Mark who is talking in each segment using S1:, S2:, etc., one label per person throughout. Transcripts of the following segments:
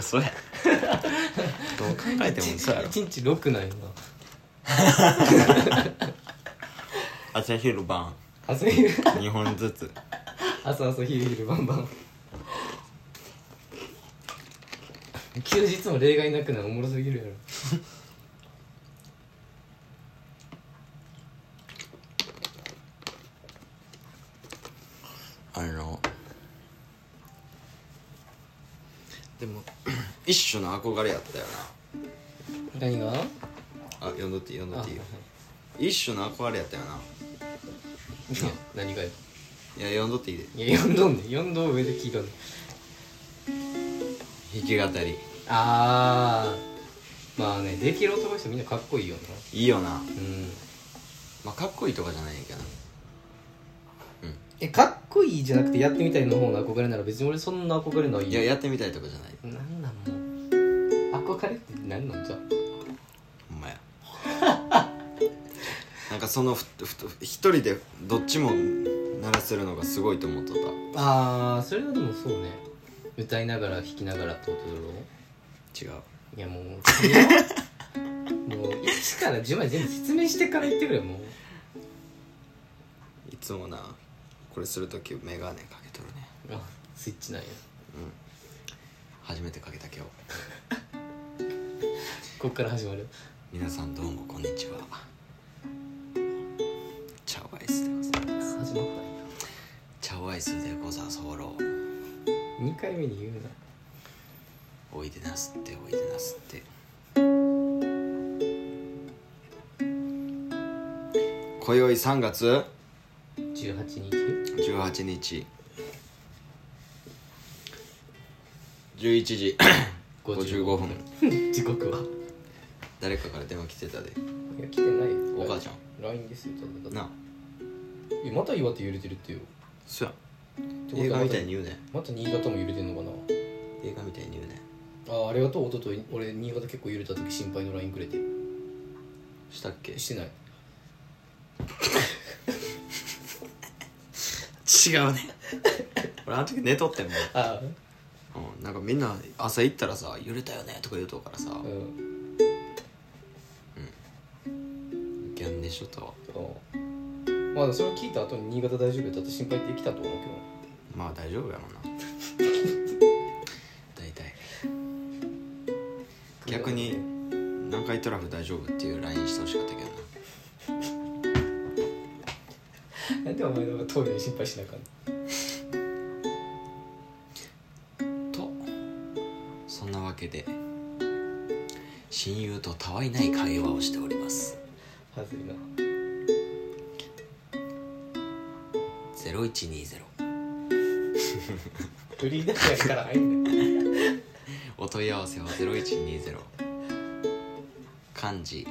S1: それどう考えてもそうやろ
S2: 一日6なんよな
S1: 朝昼晩
S2: 朝昼
S1: 2本ずつ
S2: 朝朝昼昼晩晩休日も例外なくないおもろすぎるやろ
S1: あのでも一種の憧れやったよ
S2: 何が
S1: なあ読んどっていい読んど
S2: あ
S1: っていいよ一種の憧れやったよな
S2: 何がよ
S1: いや読んどっていいで
S2: いや読んどんねん読んどん上で聞いとんねん
S1: 弾き語り
S2: あーまあねできる男の人みんなかっこいいよない
S1: いよな
S2: うん
S1: まあかっこいいとかじゃないんやけどな
S2: えかっこいいじゃなくてやってみたいの方の憧れなら別に俺そんな憧れないよ
S1: いややってみたいとかじゃない
S2: なんなんもう憧れって何なんじゃ
S1: ほんまや なんかそのふふ一人でどっちも鳴らせるのがすごいと思っとった
S2: ああそれはでもそうね歌いながら弾きながらってことだろ
S1: 違う
S2: いやもうもう1から10まで全部説明してから言ってくれよもう
S1: いつもなこれする時メガネかけとるね
S2: あスイッチなんや
S1: 初めてかけた今日
S2: こっから始まる
S1: 皆さんどうもこんにちはチャオアイスでございます
S2: 始まった
S1: チャオアイスでござそうろう
S2: 2回目に言うな
S1: おいでなすっておいでなすって今宵3月
S2: 18日
S1: 18日11時 55分
S2: 分 時刻は
S1: 誰かから電話来てたで
S2: いや来てないよ
S1: お母ちゃん
S2: LINE ですよただ
S1: な
S2: だ
S1: あ
S2: えまた岩手揺れてるってよ
S1: そや
S2: ってことは
S1: 映画みたいに言うね
S2: また新潟も揺れてんのかな
S1: 映画みたいに言うね
S2: あありがとう一昨日俺新潟結構揺れた時心配の LINE くれて
S1: したっけ
S2: してない
S1: 違うね俺あの時寝とっても、
S2: あ
S1: うん、なんかみんな朝行ったらさ「揺れたよね」とか言うとうからさ
S2: あうん
S1: ギャンでしょと
S2: うんまあそれ聞いた後に新潟大丈夫だって心配できたと思う
S1: まあ大丈夫やもんな大体
S2: けど
S1: 逆に南海トラフ大丈夫っていう LINE してほしかったけどな
S2: なんでお前の方が当時に心配しなあかんの
S1: とそんなわけで親友とたわいない会話をしております
S2: はずいな
S1: 0120
S2: フリーダイヤルから入んねん
S1: お問い合わせは0120漢字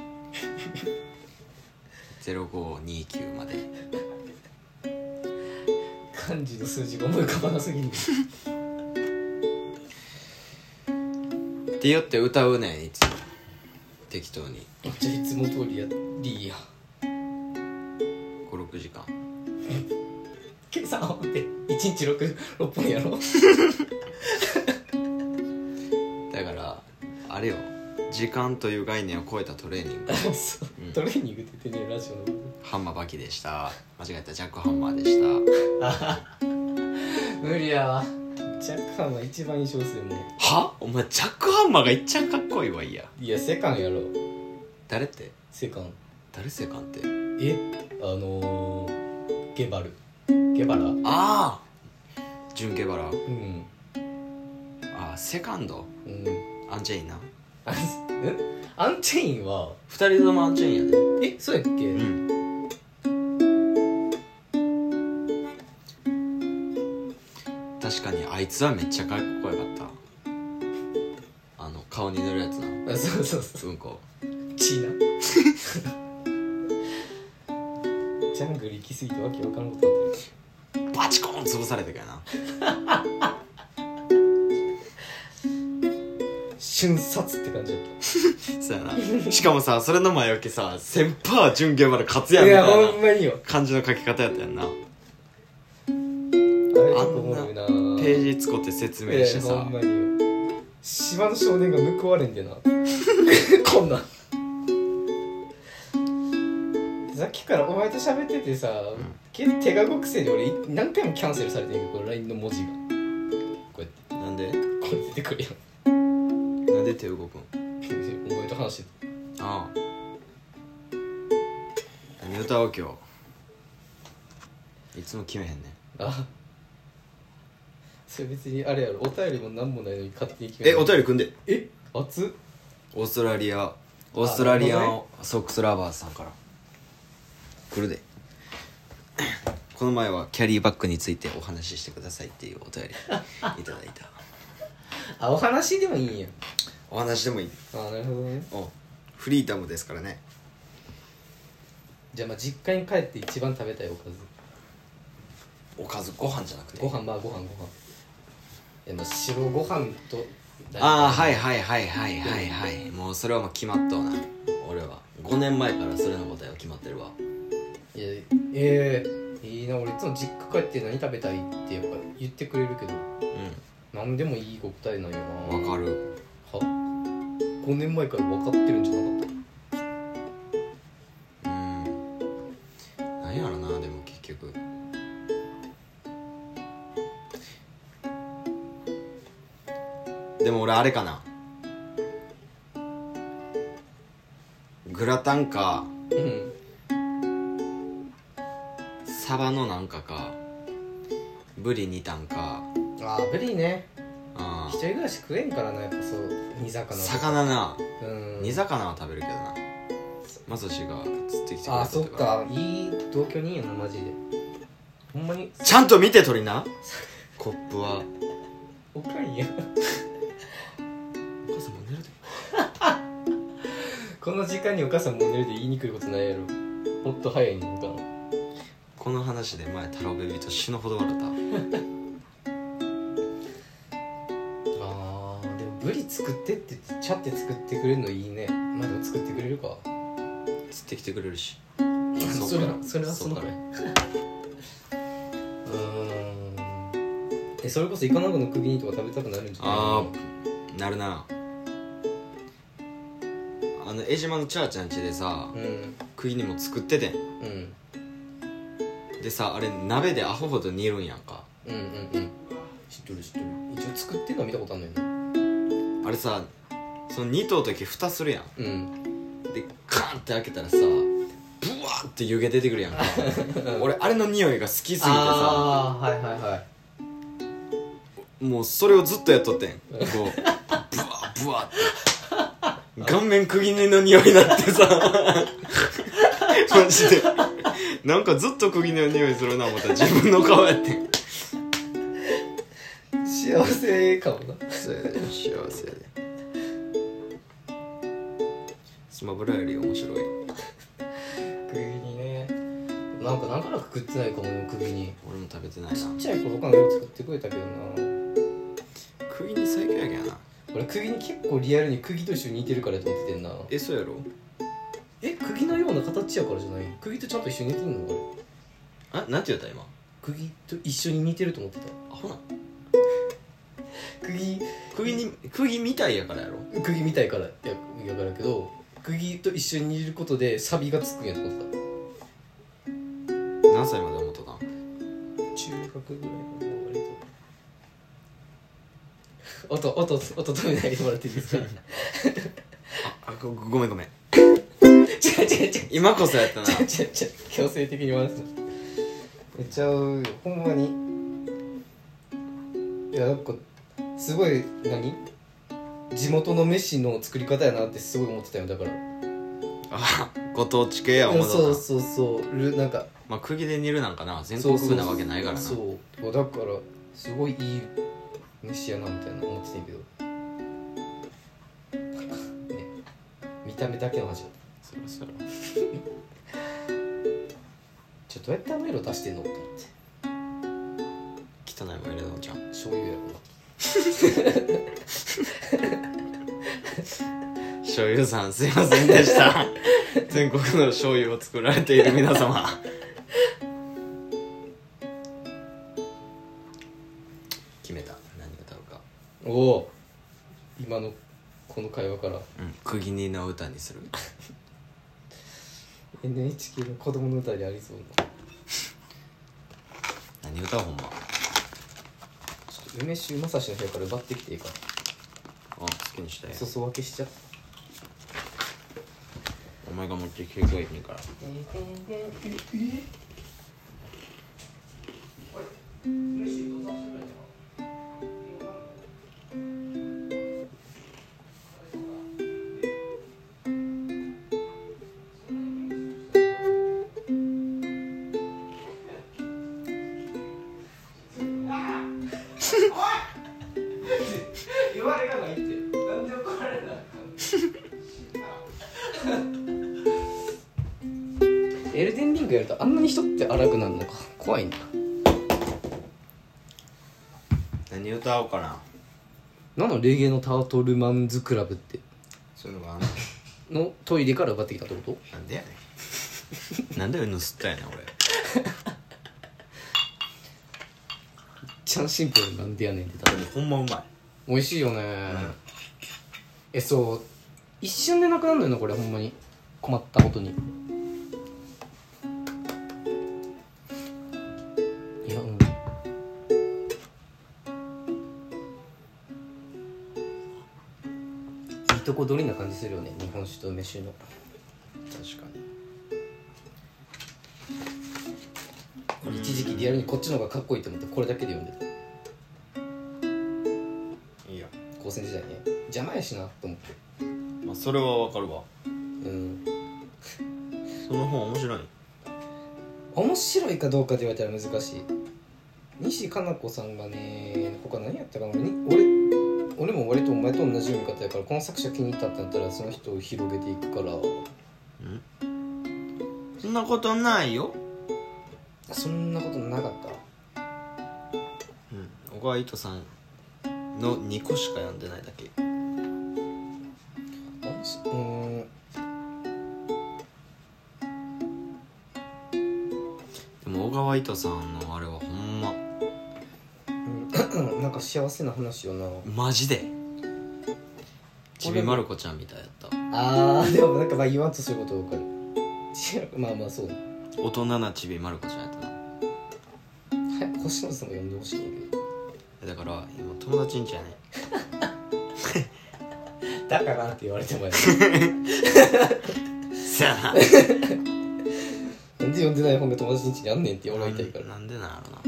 S1: 0529まで
S2: 漢字の数字が思い浮かばなすぎる
S1: って言って歌うねんいつも適当に
S2: じゃあいつも通りやりや
S1: 56時間
S2: 計算合わんて1日 6, 6本やろ
S1: だからあれよ時間という概念を超えたトレーニング
S2: そう
S1: うん
S2: トレーニングって言ってねラジオの
S1: ハンマーバキでした間違えたジャックハンマーでし
S2: 無理やわジャッカーは一番印象薄いもん
S1: たはお前ジャックハンマーがいっちゃんかっこいいわいや
S2: いやセカンやろ
S1: 誰って
S2: セカン
S1: 誰セカンって
S2: えあのー、ゲバルゲバラうん
S1: ああジュン・ケバラ
S2: うん
S1: あーセカンドアンチェインな
S2: あんアンチェインは
S1: 二人ともアンチェインやで
S2: えそうやっけ、
S1: うん確かにあいつはめっちゃかっこよかったあの顔に塗るやつな
S2: あそうそうそう
S1: うんこ
S2: チーナジャングル行き過ぎてわけわからんことになってる
S1: バチコーン潰されたからな
S2: 瞬殺って感じだっ
S1: そうやなしかもさそれの前置きさ「先輩は準現場で勝つや
S2: た
S1: ん」
S2: い
S1: み
S2: や
S1: たい
S2: ほん
S1: な
S2: まによ
S1: 感じの書き方やったやんな
S2: あれちょっと思うよな
S1: ページ作って説明
S2: え
S1: して
S2: えほ
S1: さ
S2: んまによ島の少年が報われんでな こんなんさっきからお前と喋っててさ、
S1: ん
S2: け手が動くせいで俺い何回もキャンセルされてんけどこの LINE の文字がこうやって
S1: なんで
S2: これ出てくるやん
S1: なんで手動くん
S2: お前と話してて
S1: ああ何歌おう今日いつも決めへんね
S2: あそれ別にあれやろお便りも何もないのに勝手に決め
S1: えお便り組んで
S2: りえ熱っ
S1: オーストラリアオーストラリアンソックスラバーズさんから来るで この前はキャリーバッグについてお話ししてくださいっていうお便り いただいた
S2: あお話でもいいんや
S1: お話でもいい
S2: あなるほどね
S1: おフリーダムですからね
S2: じゃあまあ実家に帰って一番食べたいおかず
S1: おかずご飯じゃなくて
S2: ご飯まあご飯ご飯いやまあ白ご飯と
S1: ああはいいはいはいはいはいはいもうそれはもう決まったわな俺は5年前からそれの答えは決まってるわ
S2: いやええいいな俺いつも実家帰って何食べたいってやっぱ言ってくれるけど
S1: う
S2: 何でもいいご答えなんやなん
S1: わかる
S2: は5年前から分かってるんじゃなかっ
S1: うん何やろなでも結局でも俺あれかなグラタンか
S2: たうん
S1: サバのなんかかブリ煮たんか
S2: ああブリね
S1: あ
S2: 一
S1: ー
S2: 人暮らし食えんからなやっぱそう煮魚とか
S1: 魚な
S2: うん
S1: 煮魚は食べるけどなマサシが釣ってきてくれた
S2: ああそっ
S1: 時は
S2: かいい同居人やなマジでほんまに
S1: ちゃんと見て取りなコップは
S2: おかん
S1: お
S2: や
S1: 母さんも寝るで
S2: この時間にお母さんもう寝るで言いにくいことないやろもっと早いのかな
S1: この話で前太郎ベビーと死ぬほど笑った
S2: あーでもブリ作ってって言ってちゃって作ってくれるのいいねまあでも作ってくれるか
S1: 釣ってきてくれるし
S2: それはそれはその
S1: う
S2: 子
S1: か
S2: う
S1: ら
S2: ーんえそれこそイカナゴの首煮とか食べたくなるんじゃない
S1: あーなるなあの江島のチャーちゃん家でさ
S2: うん
S1: 食いにも作っててん
S2: うん
S1: でさあれ鍋でアホほど煮るんやんか
S2: うんうんうん知ってる知ってる一応作ってるのは見たことあるのよね
S1: あれさその煮とう時蓋するやん
S2: うん
S1: でカーンって開けたらさブワーって湯気出てくるやんか俺あれの匂いが好きすぎてさ
S2: ああはいはいはい
S1: もうそれをずっとやっとってんこうブワーブワーって顔面釘の匂いになってさ マジでなんかずっと釘の匂いするな思ったら自分の顔やってん
S2: 幸せかもな
S1: そうやで幸せやでスマブラより面白い
S2: 首煮ねなんか長らく食ってないかもね首煮
S1: 俺も食べてない
S2: ちっ
S1: な
S2: ちゃい頃かなよく作ってくれたけどな
S1: 釘に最強やけんな
S2: 俺釘に結構リアルに釘と一緒に似てるからやと思っててんな
S1: えそうやろ
S2: え釘のような形やからじゃない釘とちゃんと一緒に似てんの俺
S1: あなんて言った今
S2: 釘と一緒に似てると思ってた
S1: アホな
S2: 釘
S1: 釘に釘みたいやからやろ
S2: 釘みたいからややからやけど釘と一緒に似ることでサビがつくんやと思って
S1: 何歳まで思っとったん
S2: た中学ぐらいかな割と 音音音止めないでもらっていいですか 違
S1: あごごめんごめん
S2: う違う違う
S1: 今こそ やったな
S2: ちゃちゃちゃ強制的に回すめっちゃうよほんまにいやなんかすごい何地元の飯の作り方やなってすごい思ってたよだから
S1: あご当地系や思
S2: いや
S1: うた
S2: そ
S1: な
S2: うそうそうるなんか
S1: まあ釘で煮るなんかな全国区なわけないからな
S2: そうそうそうだからすごいいい飯やなみたいな思ってたんやけど、 ね、見た目だけの話だった
S1: そろそろ
S2: ちょどうやってあの色出してんのって思って
S1: 汚いもん入れたのちゃん
S2: 醤油やろな
S1: 醤油さんすいませんでした 全国の醤油を作られている皆様決めた何歌うか
S2: おお今のこの会話から
S1: うん釘にの歌にする
S2: NHK の子供の歌にありそうな
S1: 何歌うほんま
S2: ちょっと梅酒まさしの部屋から奪ってきていいか
S1: あ好きにして
S2: 裾分けしちゃう
S1: お前が持ってきてくれいいから
S2: 言われがないってなんで怒られなかエルデンリングやるとあんなに人って荒くなるのか怖いな
S1: 何歌おうかな
S2: なのレゲエのタートルマンズクラブって
S1: そういうのがあんの
S2: のトイレから奪ってきたってこと
S1: なんでやね んなんで盗ったんやねん俺
S2: ちゃんシンプルになんでやねんって多分
S1: でもほんまうま
S2: 美味しいよね、
S1: ん
S2: えそう一瞬でなくなるのよなこれほんまに困ったことにいやうんいいとこ取りな感じするよね日本酒と梅酒の
S1: い確かに
S2: 一時期リアルにこっちの方がかっこいいと思ってこれだけで読んでた
S1: いいよ
S2: 高専時代ね邪魔やしなと思って
S1: まあそれはわかるわ
S2: うん
S1: その本面白い
S2: 面白いかどうかって言われたら難しい西加奈子さんがね他何やったかなに俺俺も割とお前と同じ読み方やからこの作者気に入ったってなったらその人を広げていくから
S1: そんなことないよ
S2: そんなことなかった
S1: うん小川糸さんの2個しか読んでないだけ
S2: あしうーん
S1: でも小川糸さんのあれはほんま
S2: うんなんか幸せな話よな
S1: マジでちびまる子ちゃんみたいやった
S2: あーでもなんかまあ言わんとすることわかる違うまあまあそうだ
S1: 大人なちびまる子ちゃんやったな
S2: 早く星野さんも呼んでほしいんだ
S1: だから今友達んちやね
S2: けどだからって言われて もや
S1: さあ
S2: なんで読んでない本が友達ん家にあんねんって俺は言いたいから
S1: なんでなんやろな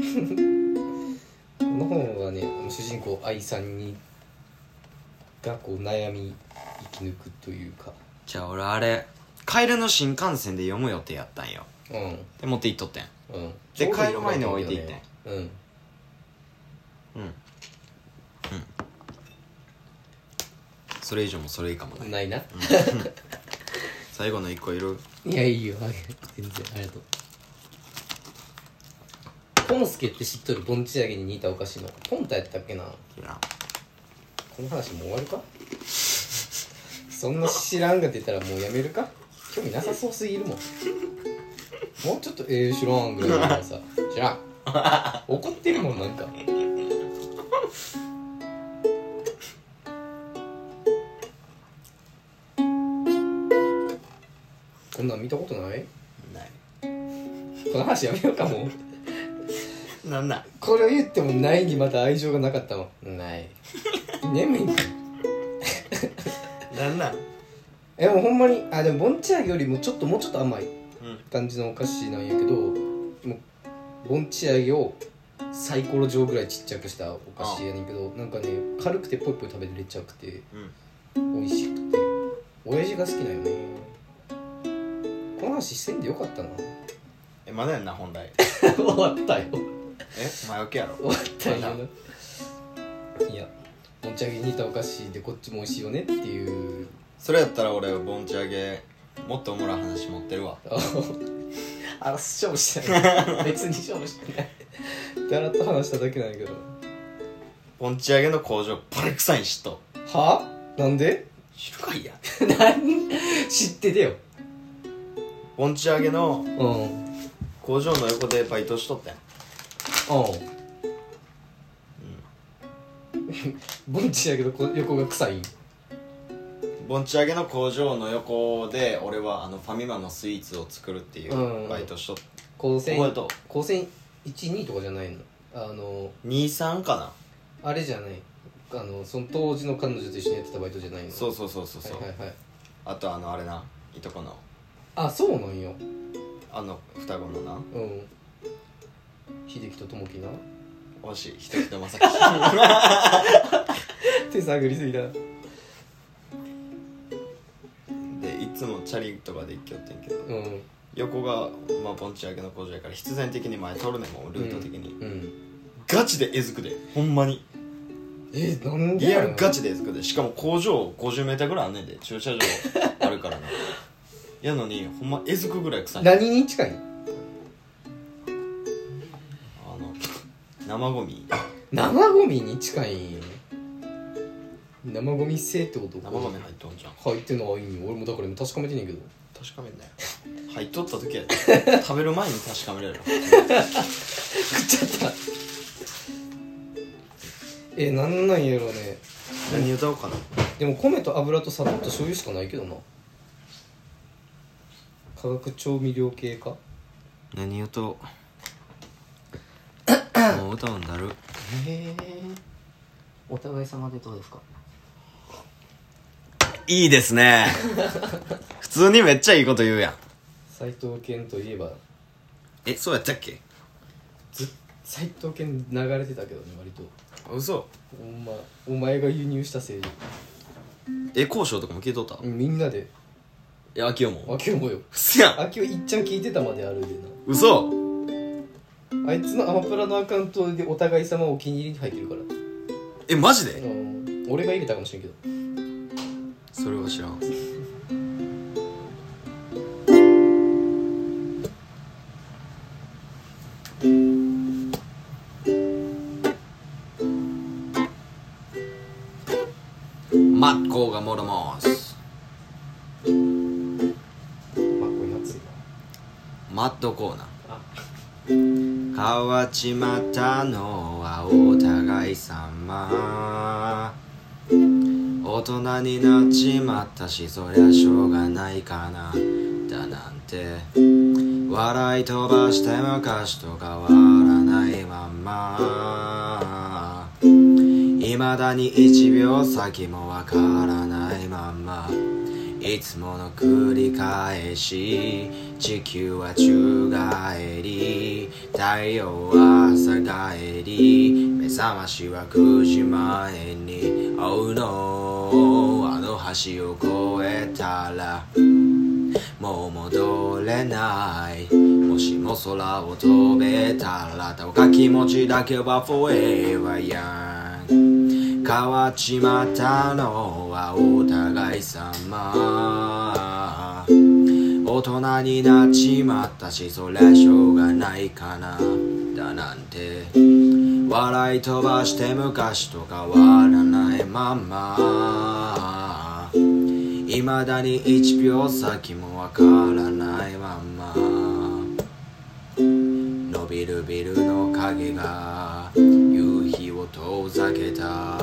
S2: この本はね主人公愛さんにがこう悩み生き抜くというか
S1: じゃあ俺あれカエルの新幹線で読む予定やったんよ
S2: うん
S1: で持って行っとってん
S2: うん
S1: で帰る前に置いていってん
S2: うん
S1: うんうんそれ以上もそれ以下もない
S2: ないな、
S1: 最後の1個いる
S2: いやいいよあげる全然ありがとうポンスケって知っとる盆地揚げに似たお菓子のポンタやったっけない
S1: らん
S2: この話もう終わるかそんな知らんが出たらもうやめるか興味なさそうすぎるもんもうちょっとええ知らんぐらいだからさ知らん怒ってるもんなんかこんなん見たことない
S1: ない
S2: この話やめようかもう
S1: なんだ
S2: これを言ってもないにまた愛情がなかったもんない眠いんだ
S1: なんだ
S2: えもうほんまにあでもボンチ揚げよりもちょっともうちょっと甘い
S1: うん
S2: 感じのお菓子なんやけどもうボンチ揚げをサイコロ状ぐらいちっちゃくしたお菓子やねんけどなんかね軽くてポイポイ食べれちゃくて
S1: うん
S2: 美味しくて親父が好きなんよねこの話せんでよかったな
S1: えまだやんな本来
S2: 終わったよ
S1: え前置きやろ
S2: 終わったよないやボンチ揚げに似たお菓子でこっちも美味しいよねっていう
S1: それやったら俺盆地上げもっとおもろい話持ってるわ
S2: ああ勝負して ない別に勝負してないだらっと話しただけなんやけど
S1: 盆地上げの工場バレクサインしと
S2: はなんで
S1: 知るかいや
S2: なん知っててよ
S1: 盆地上げの
S2: うんうん
S1: 工場の横でバイトしとったん
S2: 盆地やけどこ横が臭い
S1: 盆地揚げの工場の横で俺はあのファミマのスイーツを作るってい
S2: うんう
S1: うんバイトしとっ
S2: 高
S1: て
S2: 専
S1: 覚えと
S2: 高専12とかじゃないのあの
S1: 23かな
S2: あれじゃないあのその当時の彼女と一緒にやってたバイトじゃないの
S1: そうそうそうそうそう、
S2: はいはいはい
S1: あとあのあれないとこの
S2: あそうなんよ
S1: あの双子のな
S2: うん秀樹と友樹な
S1: お しひとひとまさき
S2: 手探りすぎた
S1: でいつもチャリとかで行きよってんけど
S2: うん
S1: 横がまあ盆地揚げの工場やから必然的に前通るねんもうルート的に、
S2: うん
S1: ガチでえずくでほんまに
S2: えなんで
S1: リアルガ
S2: チ
S1: チでえずくでしかも工場 50m ぐらいあんねんで駐車場あるからな やのにほんまえずくぐらい臭い
S2: 何に近い
S1: あの生ゴミ
S2: 生ゴミに近いんよ生ゴミ性ってこと
S1: 生ゴミ入っとんじゃん
S2: 入ってないんよ俺もだから今確かめてんねんけど
S1: 確かめんなよ入っとった時やで食べる前に確かめれる
S2: 食っちゃったえなんなんやろね
S1: 何歌おうかな
S2: でも米と油と砂糖と醤油しかないけどな化学調味料系か
S1: 何歌お うもう歌うんだる
S3: へえお互い様でどうですか
S1: いいです ね普通にめっちゃいいこと言うやん
S2: 斎藤健といえば
S1: えそうやったっけ
S2: ず 斎藤健流れてたけどね割と
S1: 嘘
S2: お,、ま、お前が輸入したせいで
S1: え交渉とかも聞いとった
S2: みんなで
S1: え秋代も
S2: 秋をもよ
S1: うそやん
S2: 秋をいっちゃん聞いてたまであるで
S1: 嘘
S2: なあいつのアマプラのアカウントでお互い様お気に入りに入ってるから
S1: えマジ
S2: あ
S1: で
S2: の俺が入れたかもしれんけど
S1: それは知らんマッコーがモルモス
S2: まあこれ夏い
S1: マッドコーナー
S2: なあ
S1: わちまたのはお互い様大人になっちまったしそりゃしょうがないかなだなんて笑い飛ばして昔と変わらないまま未だに1秒先もわからないままいつもの繰り返し地球は宙返り太陽は朝帰り目覚ましは9時前に Oh no あの橋を越えたらもう戻れないもしも空を飛べたらどうか気持ちだけは Forever Young 変わっちまったのはお互い様大人になっちまったしそりゃしょうがないかなだなんて笑い飛ばして昔と変わらないまま未だに1秒先もわからないまま伸びるビルの影が夕日を遠ざけた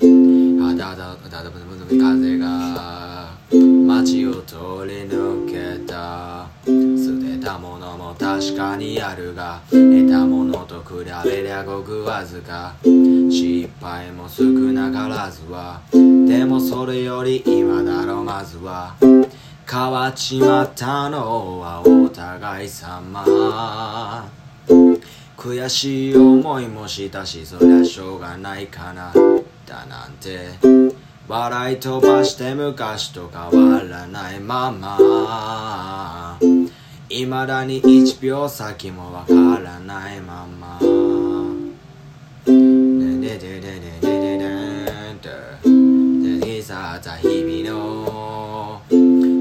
S1: 肌だだだ風が街を通り抜けた捨てたものも確かにあるが得たものと比べりゃごくわずか失敗も少なからずはでもそれより今だろまずは変わっちまったのはお互い様悔しい思いもしたしそりゃしょうがないかなだなんて笑い飛ばして昔と変わらないまま未だに1秒先もわからないままねねねねねねねねんて過ぎ去った日々の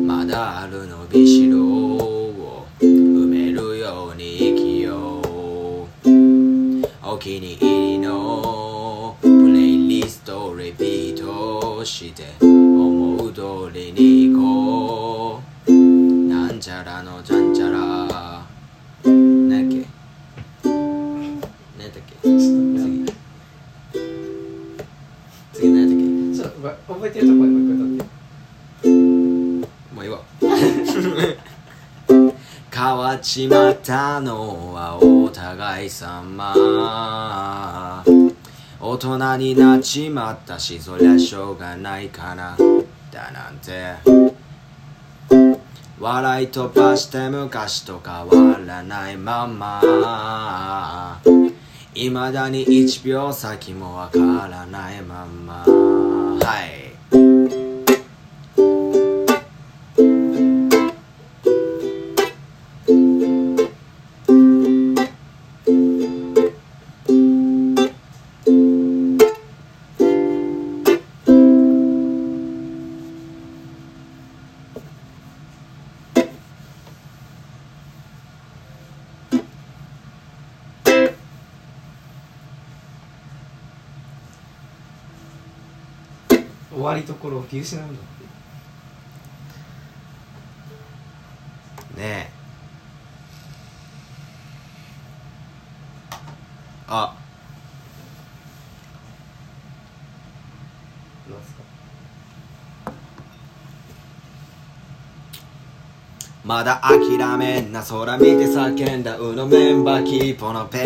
S1: まだある伸びしろを埋めるように生きようお気に入りのプレイリストをリピートして思う通りに行こうなんちゃらのじゃんちゃらなんやっけなんやったっけ次
S2: ば覚えてるとこでもう一回歌って
S1: もういいわ 変わっちまったのはお互い様大人になっちまったしそりゃしょうがないかなだなんて笑い飛ばして昔と変わらないままいまだに1秒先もわからないままはい
S2: 終わりところを見失うんだって
S1: ねえあ
S2: なんすか
S1: まだ諦めんな空見て叫んだうのメンバーキープのペ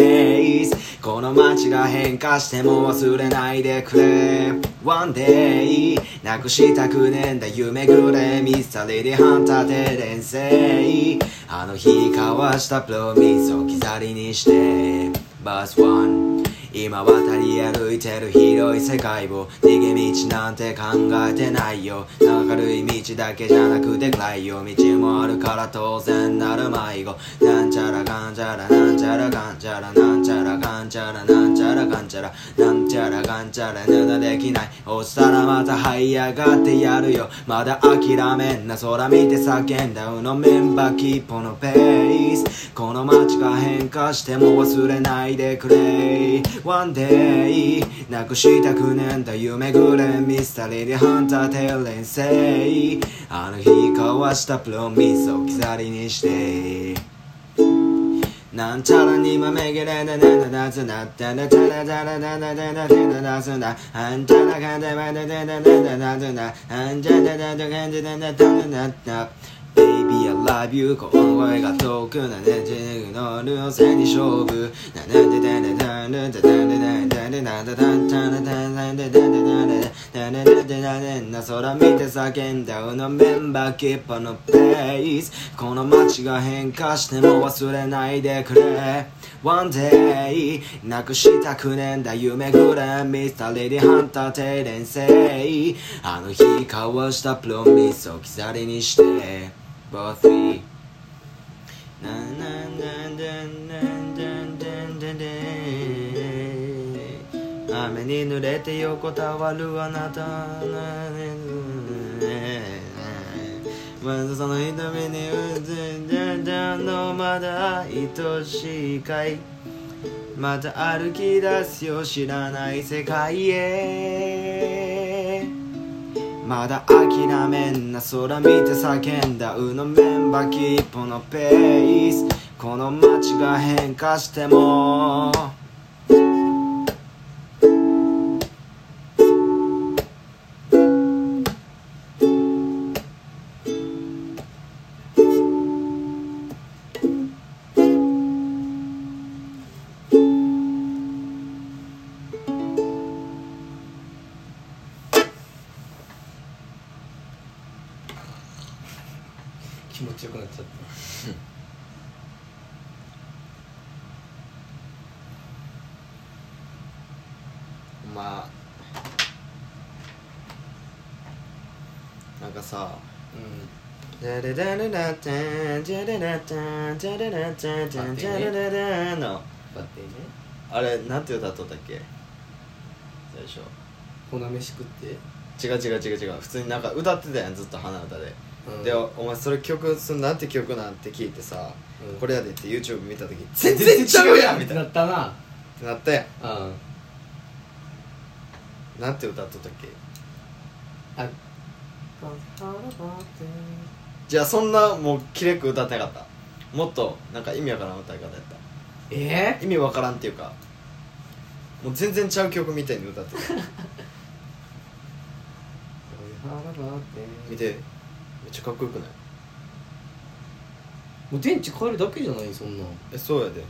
S1: ースこの街が変化しても忘れないでくれ One day なくしたくねえんだ夢ぐれミスタリーでハンターで連生あの日交わしたプロミスを置き去りにしてバースワン今渡り歩いてる広い世界を逃げ道なんて考えてないよ明るい道だけじゃなくて暗いよ道もあるから当然なる迷子なんちゃらかんちゃらなんちゃらかんちゃらなんちゃらかんちゃらなんちゃらかんちゃらなんちゃらかんちゃらなだできない落ちたらまた這い上がってやるよまだ諦めんな空見て叫んだうのメンバーキープのペースこの街が変化しても忘れないでくれ One day なくしたくねんだ夢ぐれミスタリーでハンターテレンセイあの日交わしたプロミスを置き去りにしてなんちゃらにまめげれななななずなだなちゃらだらななななななずなあんちゃらかんでまだでななななずなあんちゃらだとかんでなななななな Baby I love you この声が遠くなねじぬのるをせに勝負ななでででななでででででなだだんちゃらだなでででででななでででな空見て叫んだうのメンバーキーパーのペースこの街が変化しても忘れないでくれ One day なくしたくねんだ夢ぐらいミスタリーでハンター停電性あの日交わしたプロミスを置き去りにして Bothy なんなんなんなんなんなんなんなんなん雨に濡れて横たわるあなたまずその瞳にうずんだんだんのまだ愛しいかいまた歩き出すよ知らない世界へまだ諦めんな空見て叫んだうのメンバーキープのペースこの街が変化しても
S2: 気持ちよくなっちゃっ
S1: まあなんかさ
S2: たう
S1: ダダダダダダンダダダダンダダダダダンダダダダンの
S2: んだってね
S1: あれなんて歌っとったっけ最初
S2: 粉飯食って
S1: 違う違う違う違う普通になんか歌ってたやんずっと鼻歌で、
S2: うん
S1: でおお前それ曲そのなんて曲なんて聞いてさ、
S2: うん
S1: これやでって YouTube 見た時全然違うやんみたいなっ
S2: なったな
S1: てなったや
S2: うんあ
S1: んなんて歌っとったっけじゃあそんなもうキレく歌ってなかったもっとなんか意味わからん歌い方やっ
S2: え
S1: た意味わからんっていうか もう全然ちゃう曲みたいに歌ってた
S2: ー、
S1: 見てめっちゃかっこよくない
S2: もう電池変えるだけじゃないそんなん
S1: えそうやで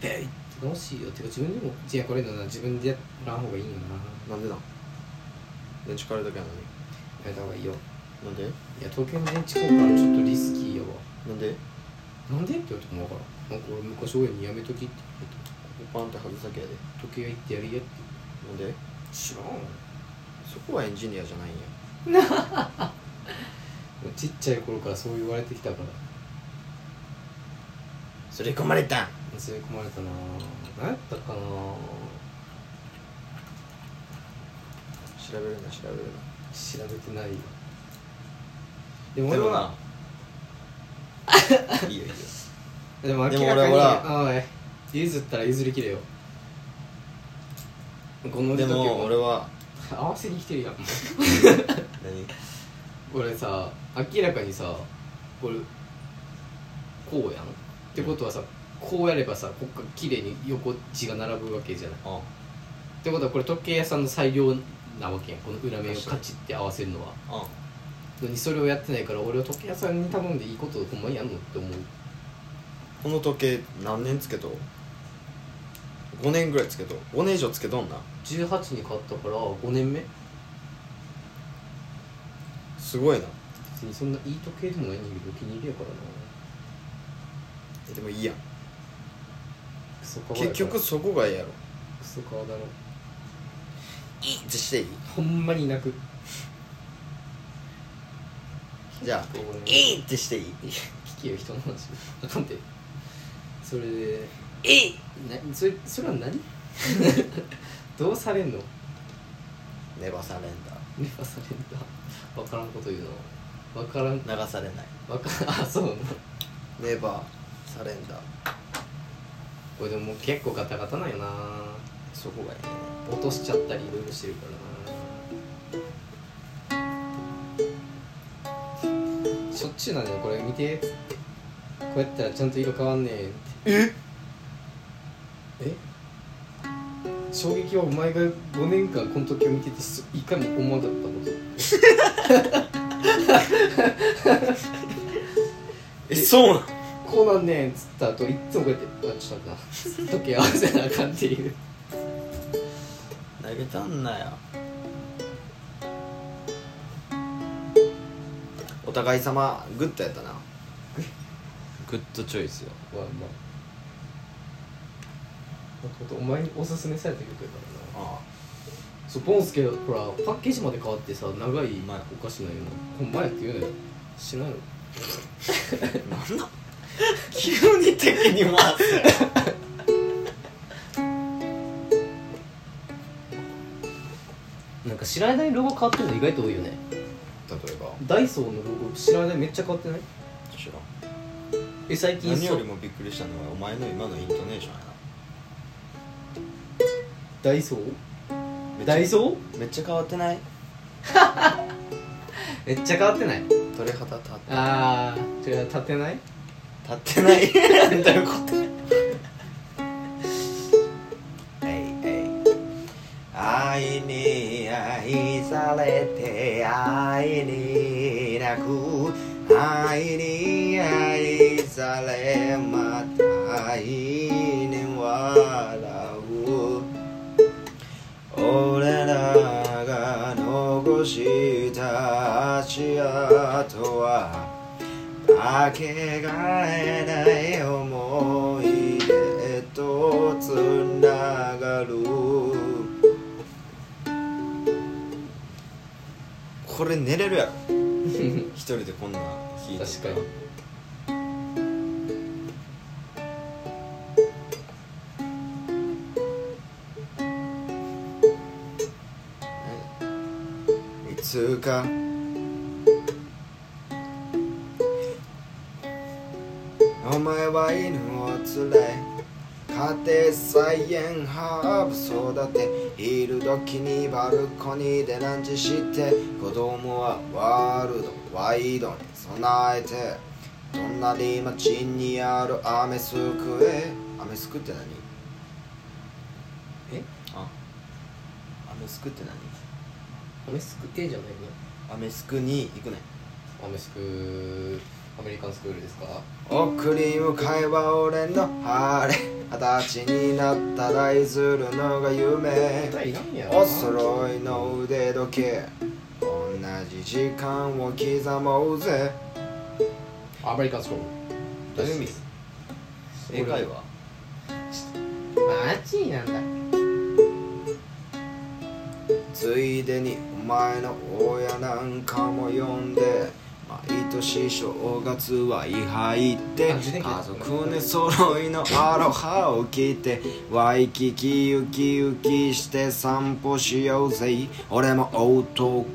S2: ペイって直しいよてか自分でもいやこれだな自分でやらん方がいいよな
S1: なんでなん電池変えるだけやの
S2: やった方がいいよ
S1: になんで
S2: いや東京の電池交換ちょっとリスキーやわ
S1: なんで
S2: なんでって言われても分からんなんか俺昔親にやめときって言わ
S1: パンって外すだけやで
S2: れた時計屋行ってやりやって
S1: なんで
S2: 知らん
S1: そこはエンジニアじゃないんや
S2: ちっちゃい頃からそう言われてきたから
S1: それ込まれたん
S2: 吸い込まれたな何やったかな
S1: 調べるな調べる
S2: 調べてないよで
S1: な
S2: も俺は
S1: いいよいいよ
S2: でも明らかに
S1: でも俺はほら
S2: ああ譲ったら譲りきれよこの
S1: で
S2: 腕時計
S1: も俺
S2: も
S1: は
S2: 合わせに来てるやん
S1: 何
S2: 俺さ明らかにさこれこうやんってことはさこうやればさこっから綺麗に横地が並ぶわけじゃない
S1: あ
S2: ってことはこれ時計屋さんの裁量なわけやんこの裏面を
S1: 確か
S2: カ
S1: に
S2: チッて合わせるのは
S1: あ
S2: のにそれをやってないから俺は時計屋さんに頼んでいいことほんまにやんのって思う
S1: この時計何年つけとう5年ぐらいつけとう5年以上つけとんな
S2: 18に買ったから5年目
S1: すごいな
S2: 別にそんないい時計でもないんだけどお気に入りやからな
S1: えでもいいやん
S2: クソ可愛い
S1: 結局
S2: ク
S1: そこがええやろ
S2: ソ顔だろ
S1: いいってしていい
S2: ほんまに泣く
S1: じゃあ
S2: 結構俺
S1: いいってしていい
S2: 聞けよ人の話あかんてそれで
S1: いい
S2: なそれそれは何 どうされんの
S1: 寝ばされんだ
S2: 寝かされんだ分からんこと言うの分からん
S1: 流されない
S2: 分から んあそうなの
S1: ネバーサレンダー
S2: これでももう結構ガタガタなんよな
S1: そこがいいね
S2: 落としちゃったりいろいろしてるからなしょっちゅうなんだよこれ見てっつってこうやったらちゃんと色変わんねえってええ衝撃はお前が5年間この時を見ててそ一回も思わなかったこと
S1: えそうなん
S2: こうなんねんっつった後いっつもこうやってあちょっと待ってな時計合わせなあかんっていう
S1: 投げたんなやお互い様グッドやったなグッドチョイスよ
S2: まあまあほんとお前におすすめされた曲やからな
S1: あ
S2: そうボンスケほらパッケージまで変わってさ長い
S1: 前
S2: お菓子なんよほんまやって言うのよ知らんよ
S1: あなんだ急に敵に回す
S2: なんか知らないロゴ変わってるの意外と多いよね
S1: 例えば
S2: ダイソーのロゴ知らないめっちゃ変わってない
S1: 知らん
S2: え最近
S1: 何
S2: そ
S1: より
S2: う
S1: もびっくりしたのはお前の今のイントネーションや
S2: ダイソー
S1: な
S2: ダイ
S1: ー
S2: ソー
S1: めっちゃ変わってない
S2: めっちゃ変わってない
S1: 鳥肌立っ
S2: あー違う立てない
S1: 立ってないどういうことえいえい愛に愛されて愛に泣く愛に愛されまた愛に笑う俺らが残した足跡はかけがえない思い出とつながるこれ寝れるや ろ一人でこんな弾いて
S2: 確かに
S1: いつかお前は犬を連れ家庭菜園ハーブ育ている時にバルコニーでランチして子供はワールドワイドに備えて隣町にあるアメスクへアメスクって何
S2: え
S1: あアメスクって何
S2: アメスク系じゃない
S1: アメスクに行くね
S2: のアメスクアメリカンスクールですか
S1: 送り迎えは俺の晴れ二十歳になったらいずるのが夢
S2: いらんや
S1: お揃いの腕時計同じ時間を刻もうぜ
S2: アメリカンスクール
S1: どういう意味
S2: 英会
S1: 話
S2: マジなんだ
S1: ついでにお前の親なんかも呼んで毎年正月は位牌行って
S2: あ自転車
S1: 家族ね揃いのアロハを着てワイキキウキウキして散歩しようぜ俺も男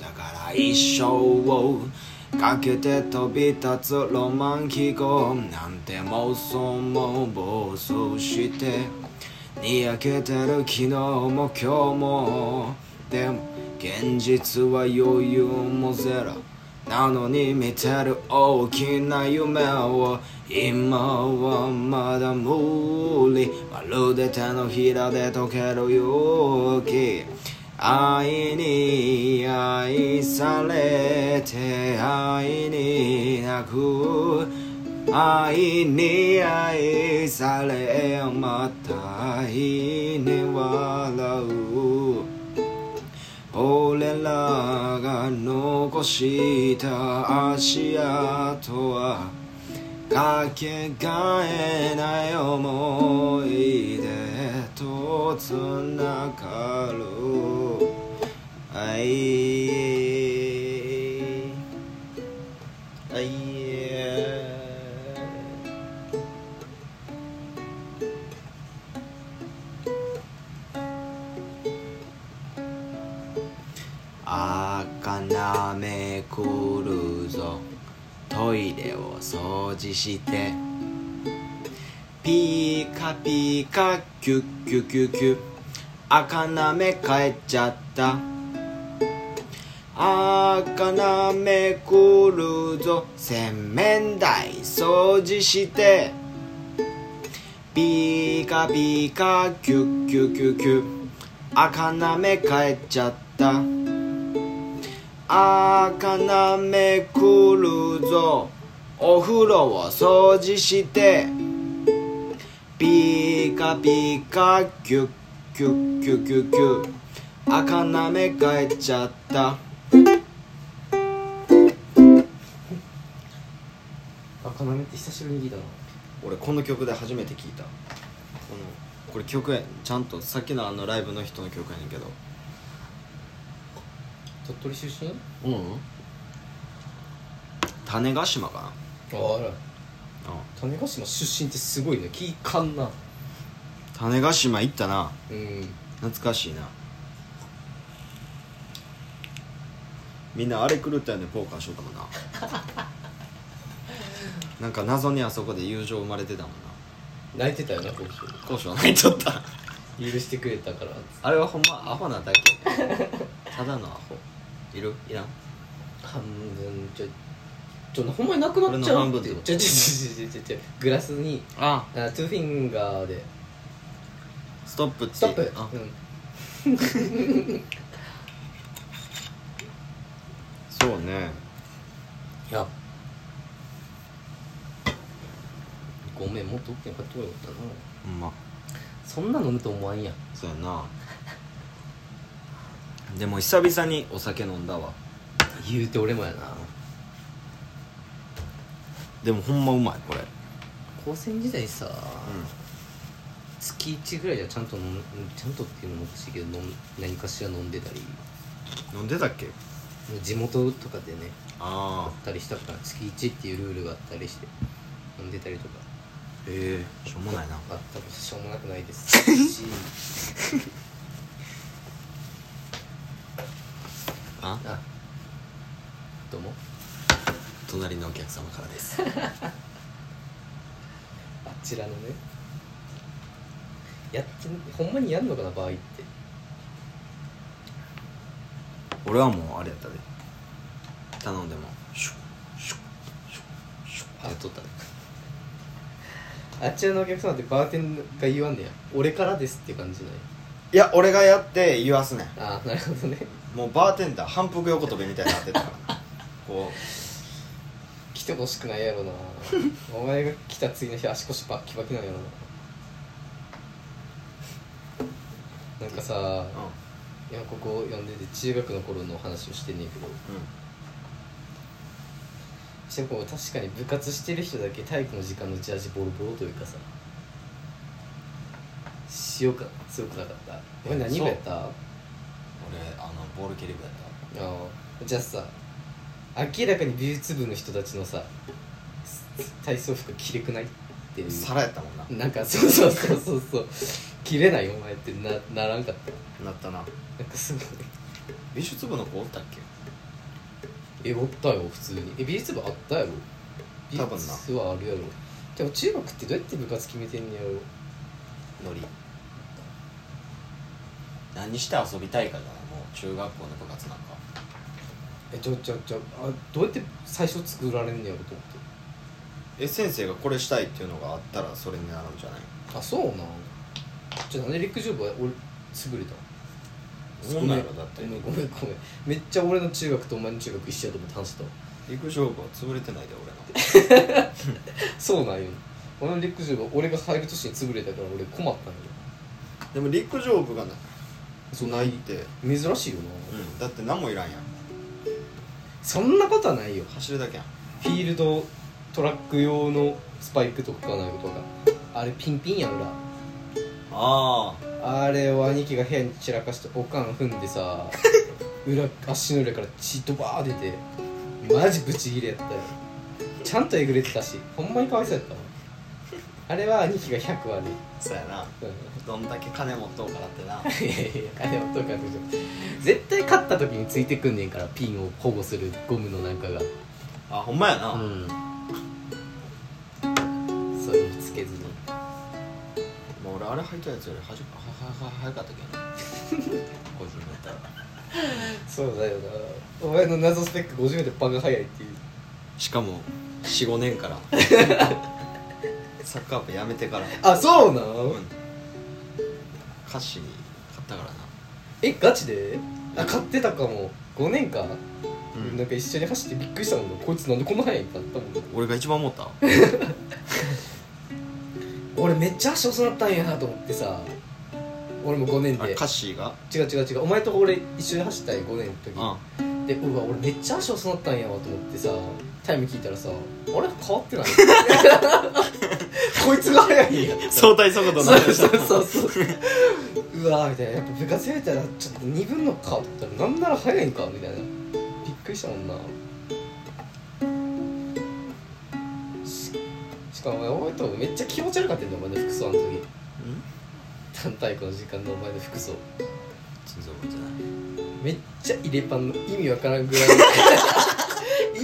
S1: だから一生をかけて飛び立つロマン気候なんて妄想も暴走してにやけてる昨日も今日もでも現実は余裕もゼロなのに見てる大きな夢を今はまだ無理まるで手のひらで溶ける勇気愛に愛されて愛に泣く愛に愛されまた愛に笑う俺らが残した足跡はかけがえない思い出とつながる愛愛あかなめくるぞトイレを掃除してピーカピーカキュッキュキュキュあかなめ帰っちゃったあかなめくるぞ洗面台掃除してピーカピーカキュッキュキュキュあかなめ帰っちゃったあかなめくるぞお風呂を掃除してピカピカキュッキュッキュッキュッキュッあかなめ帰っちゃった
S3: あかなめって久しぶりに聞いたな
S1: 俺この曲で初めて聞いたこのこれ曲やちゃんとさっきのあのライブの人の曲やねんけど
S2: 鳥取出身
S1: うん種子島か
S2: ああ
S1: な、
S2: ら
S1: うん、
S2: 種子島出身ってすごいね聞かんな
S1: 種子島行ったな
S2: うん
S1: 懐かしいなみんなあれ狂ったよねポーカーしようか もななんか謎にあそこで友情生まれてたもんな
S2: 泣いてたよなこ
S1: 交渉泣いちゃった
S2: いつ許してくれたから
S1: あれはほんまアホなだけ ただのアホいるいらん
S2: 半分ちょちょほんまになくなっち
S1: 俺
S2: ゃ
S1: の半
S2: う
S1: 分っ
S2: っ
S1: ててこと
S2: ちょちょちょちょちょグラスに
S1: あ
S2: あトゥーフィンガーで
S1: ストップって
S2: ストップ
S1: あ
S2: うん
S1: そうね
S2: いやごめんもっと大きな買ってこよかったな
S1: ほんま
S2: そんな飲むと思わんやん
S1: そうやなでも久々にお酒飲んだわ
S2: 言うて俺もやな
S1: でもほんまうまいこれ
S2: 高専時代さ、
S1: う
S2: 月1ぐらいじゃちゃんと飲むちゃんとっていうのもおかしいけど飲む何かしら飲んでたり
S1: ん飲んでたっけ
S2: 地元とかでねあ
S1: ああ
S2: ったりしたから月1っていうルールがあったりして飲んでたりとか
S1: ええしょうもないな
S2: あったもしょうもなくないですし
S1: あ
S2: あどうも
S1: 隣のお客様からです
S2: あちらのねやってんほんまにやんのかな場合って
S1: 俺はもうあれやったで頼んでもシュッシュッシュッシュッってやっとったで
S2: あちらのお客様ってバーテンが言わんねや俺からですって感じない
S1: いや俺がやって言わすねん
S2: ああなるほどね
S1: もうバーテンダー反復横跳びみたいになってたからなこ
S2: 来てほしくないやろなお前が来た次の日足腰バッキバキなんやろななんかさ
S1: う、うん
S2: いやここ読んでて中学の頃の話をしてんねんけどしかも確かに部活してる人だけ体育の時間のジャージボロボロというかさ強か強くなかったお前何部やったあ
S1: 俺あのボール蹴り部やっ
S2: あじゃあさ明らかに美術部の人たちのさ体操服着れくないっていう
S1: た皿やったもんな
S2: なんかそうそうそうそうそう切れないお前ってなならんかった
S1: なったな
S2: なんかすごい
S1: 美術部の子おったっけ
S2: えおったよ普通にえ美術部あったやろ美
S1: 多分な
S2: 術はあるやろでも中学ってどうやって部活決めてんのやろ
S1: ノリ何して遊びたいかだなもう中学校の部活なんか
S2: えちょちょちょあどうやって最初作られんのやろと思っ
S1: え先生がこれしたいっていうのがあったらそれになるんじゃない
S2: てあそうなんじゃあなんで陸上部は俺潰れた
S1: そうなんやろだって
S2: ごめんごめんごめんめっちゃ俺の中学とお前の中学一緒やと思って話してたわ
S1: 陸上部は潰れてないで俺の
S2: そうなんよ俺の陸上部は俺が入る年に潰れたから俺困ったんよ
S1: でも陸上部がな
S2: そ
S1: そうないって、うん、
S2: 珍しいよ
S1: だ
S2: な、
S1: って何もいらんやん
S2: そんなことはないよ
S1: 走るだけやん
S2: フィールドトラック用のスパイクとかないことがあれピンピンやん裏
S1: ああ
S2: あれを兄貴が部屋に散らかしておかん踏んで さ裏足の裏から血ドバー出てマジブチギレやったよちゃんとえぐれてたしほんまにかわいそうやったわあれは兄貴が100悪い
S1: そうやなどんだけ金持っとうからってな
S2: いやいやいやあれはどうかと絶対勝った時についてくんねんからピンを保護するゴムのなんかが
S1: あほんまやな、
S2: うんそれもつけずに
S1: もう俺あれ履いたやつよりはじははは早かったけど な個人だったら
S2: そうだよなお前の謎スペック50メートルパンが速いっていう
S1: しかも45年からサッカー部やめてから
S2: あそうなの
S1: うん歌詞買ったからな
S2: えガチであ買ってたかも5年か、
S1: うん
S2: なんか一緒に走ってびっくりしたもんなこいつなんでこんな速いんだったもんな
S1: 俺が一番思った
S2: 俺めっちゃ足遅なったんやなと思ってさ俺も5年
S1: あれ
S2: で
S1: 歌詞が
S2: 違う違う違うお前と俺一緒に走ったんや5年
S1: うん
S2: の時でうわ俺めっちゃ足遅なったんやわと思ってさタイム聞いたらさあれ変わって ないこいつが速いんやった
S1: 相対速度
S2: そ
S1: な
S2: うん
S1: でし
S2: そ
S1: ょ
S2: うそうそううわーみたいなやっぱ部活やめたらちょっと2分の顔ったらなんなら早いんかみたいなびっくりしたもんなししかもお前覚えとめっちゃ気持ち悪かったんだよお前の服装あの時
S1: うん
S2: 単体校の時間のお前の服装
S1: 全然覚えてない
S2: めっちゃ入れパンの意味わからんぐ らい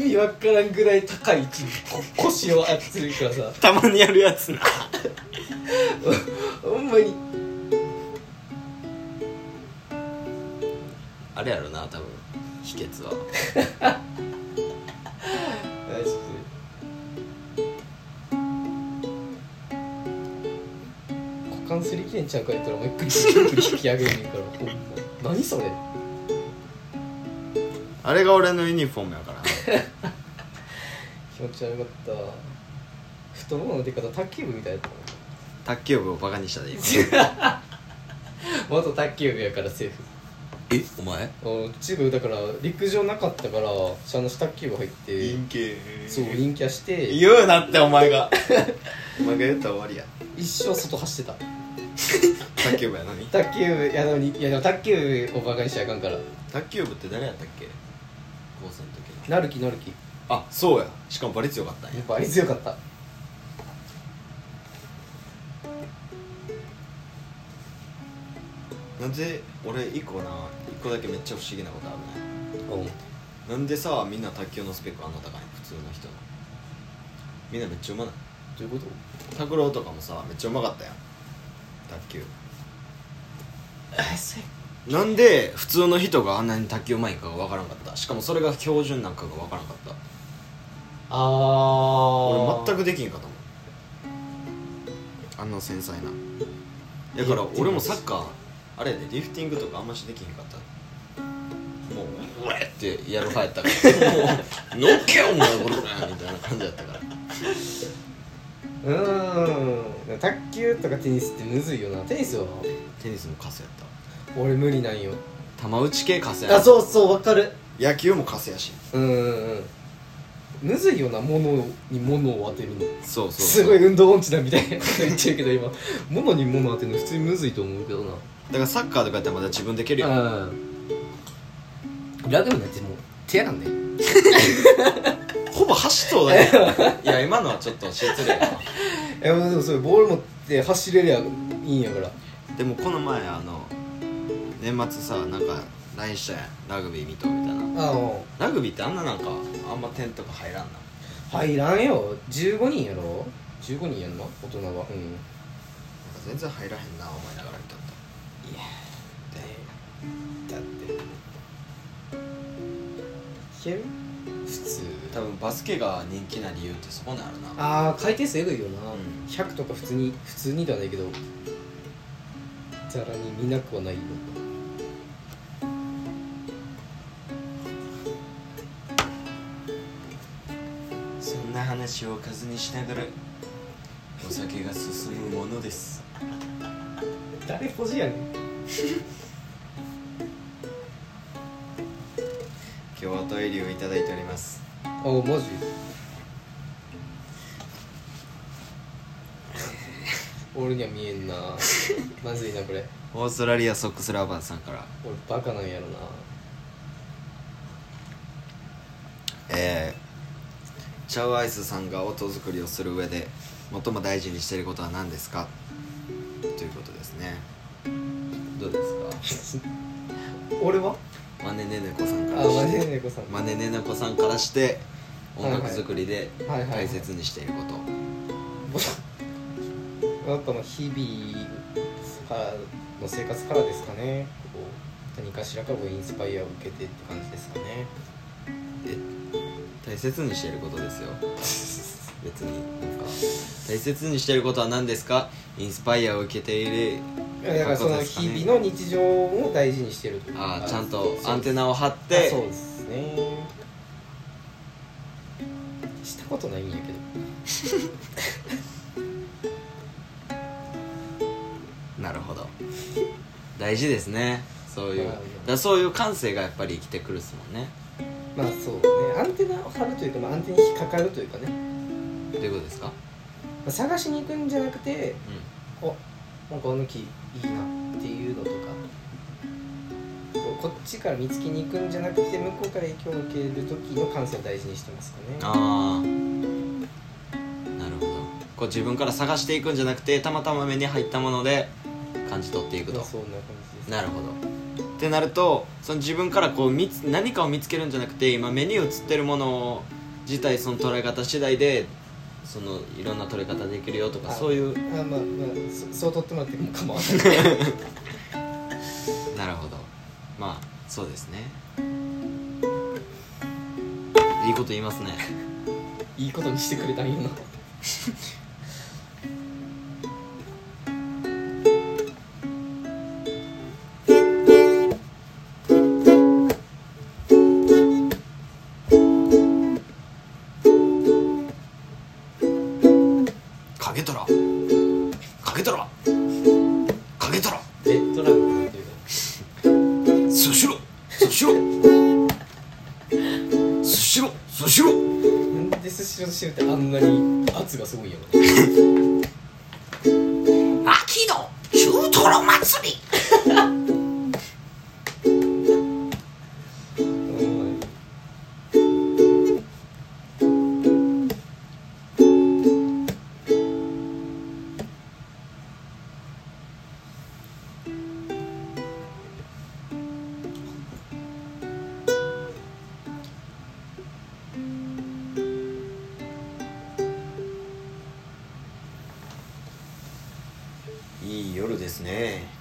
S2: 意味わからんぐらい高い位置にこ腰をあつるからさ
S1: たまにやるやつな
S2: ほんまに
S1: あれやろな多分秘訣は
S2: 大丈夫股間すり切れんちゃうか言ったらもう一回ゆっくり引き上げんねんからほんま何それ
S1: あれが俺のユニフォームやからな
S2: 気持ち悪かった太ももの出方卓球部みたいだった
S1: 卓球部をバカにしたで今
S2: もん元卓球部やからセーフ
S1: えお前
S2: あ中部だから陸上なかったから社の卓球部入って
S1: 気
S2: そう陰キャして
S1: 言うなってお前が お前が言ったら終わりや
S2: 一生外走ってた
S1: 卓球部やのに
S2: 卓球部いやでもいやでも卓球部をバカにしちゃいかんから
S1: 卓球部って誰やったっけ高専の時の
S2: なる気なる気
S1: あそうやしかもバリ強かったんや
S2: やっぱあれ強かった
S1: なんで俺一個な一個だけめっちゃ不思議なことあるね
S2: うん
S1: なんでさみんな卓球のスペックあんな高いの普通の人のみんなめっちゃうまない
S2: どういうこと
S1: 拓郎とかもさめっちゃうまかったやん卓球なんで普通の人があんなに卓球うまいかが分からんかったしかもそれが標準なんかが分からんかった
S2: ああ
S1: 俺全くできんかと思うあんな繊細なだから俺もサッカーあれやでリフティングとかあんましできへんかったもう「うえ!」ってやる派やったから もう「のっけよお前これ!」みたいな感じやったから
S2: うーん卓球とかテニスってむずいよなテニスは
S1: テニスもカスやっ
S2: 俺無理なんよ
S1: た玉打ち系カスや
S2: あ
S1: な
S2: そうそうわかる
S1: 野球もカスやし
S2: うんうんうんむずいよな物に物を当てるの
S1: そうそう
S2: すごい運動音痴だみ たいなこと言ってるけど今物に物当てるの普通にむずいと思うけどな
S1: だからサッカーとかやったらまだ自分で蹴るよ
S2: うんラグビーなんてもう手なんだよ
S1: ほぼ走っとうだけ いや今のはちょっと失礼やわ
S2: えでもそれボール持って走れりゃいいんやから
S1: でもこの前あの年末さなんか LINE したやんラグビー見とうみたいな
S2: ああ
S1: ラグビーってあんななんかあんま点とか入らんな
S2: 入らんよ15人やろ15人やんな大人はうん
S1: 全然入らへんな思いながら見とった
S2: いやだっていける普通
S1: 多分バスケが人気な理由ってそこにあるな
S2: ああ回転数えぐいよな、
S1: うん
S2: 100とか普通に普通にではないけどざらに見なくはないよ
S1: そんな話をおかずにしながらお酒が進むものです
S2: 誰ポジやねん
S1: 今日はトイレをいただいております
S2: ああ マジ俺には見えんなまずいなこれ
S1: オーストラリアソックスラバーさんから
S2: 俺バカなんやろな
S1: えー、チャウアイスさんが音作りをする上で最も大事にしていることは何ですかということですねどうです
S2: 俺は
S1: かマネネネコさん
S2: あ
S1: か
S2: あ
S1: らして
S2: マジで猫さん
S1: マネネネコさんからして
S2: は
S1: 音
S2: いはい
S1: 楽作りで
S2: はいはいはい
S1: 大切にしていること、
S2: やっぱまあ日々からの生活からですかねこう何かしらからこうインスパイアを受けてって感じですかね
S1: え大切にしていることです よ別になんか大切にしていることは何ですかインスパイアを受けている
S2: だからその
S1: ことですか
S2: 日
S1: ね
S2: 々の日常を大事にしてるという
S1: あ
S2: か
S1: ーちゃんとアンテ
S2: ナ
S1: ナを張っ
S2: で
S1: て
S2: そうですねしたことないんやけど
S1: なるほど大事ですねそういう
S2: ま
S1: だ
S2: あ
S1: からそういう感性がやっぱり生きてくるっすもんね
S2: まあそうねアンテナを張るというか、まあ、アンテナに引っかかるというかね、ま
S1: どういうことですか
S2: あ探しに行くんじゃなくて
S1: う
S2: おなんかあの木いいなっていうのとかこうこっちから見つけに行くんじゃなくて向こうから影響を受ける時の感性を大事にしてますかね
S1: んああなるほどこう自分から探していくんじゃなくてたまたま目に入ったもので感じ取っていく
S2: まあ
S1: と
S2: そんな感じです
S1: なるほどってなるとその自分からこう見つ何かを見つけるんじゃなくて今目に映ってるもの自体その捉え方次第でそのいろんな捉え方できるよとか
S2: はい
S1: そういう
S2: あまあまあそそう取ってもらっても構わ ない
S1: なるほどまあそうですねいいこと言いますね
S2: いいことにしてくれたんよな
S1: かけとらかけとらかけとら
S2: レッドラグなんていう
S1: スシロスシロスシロスシロ
S2: のなんでスシローシロってあんなに圧がすご いんやろ
S1: 秋の中トロ祭り
S2: うん
S1: いい夜ですね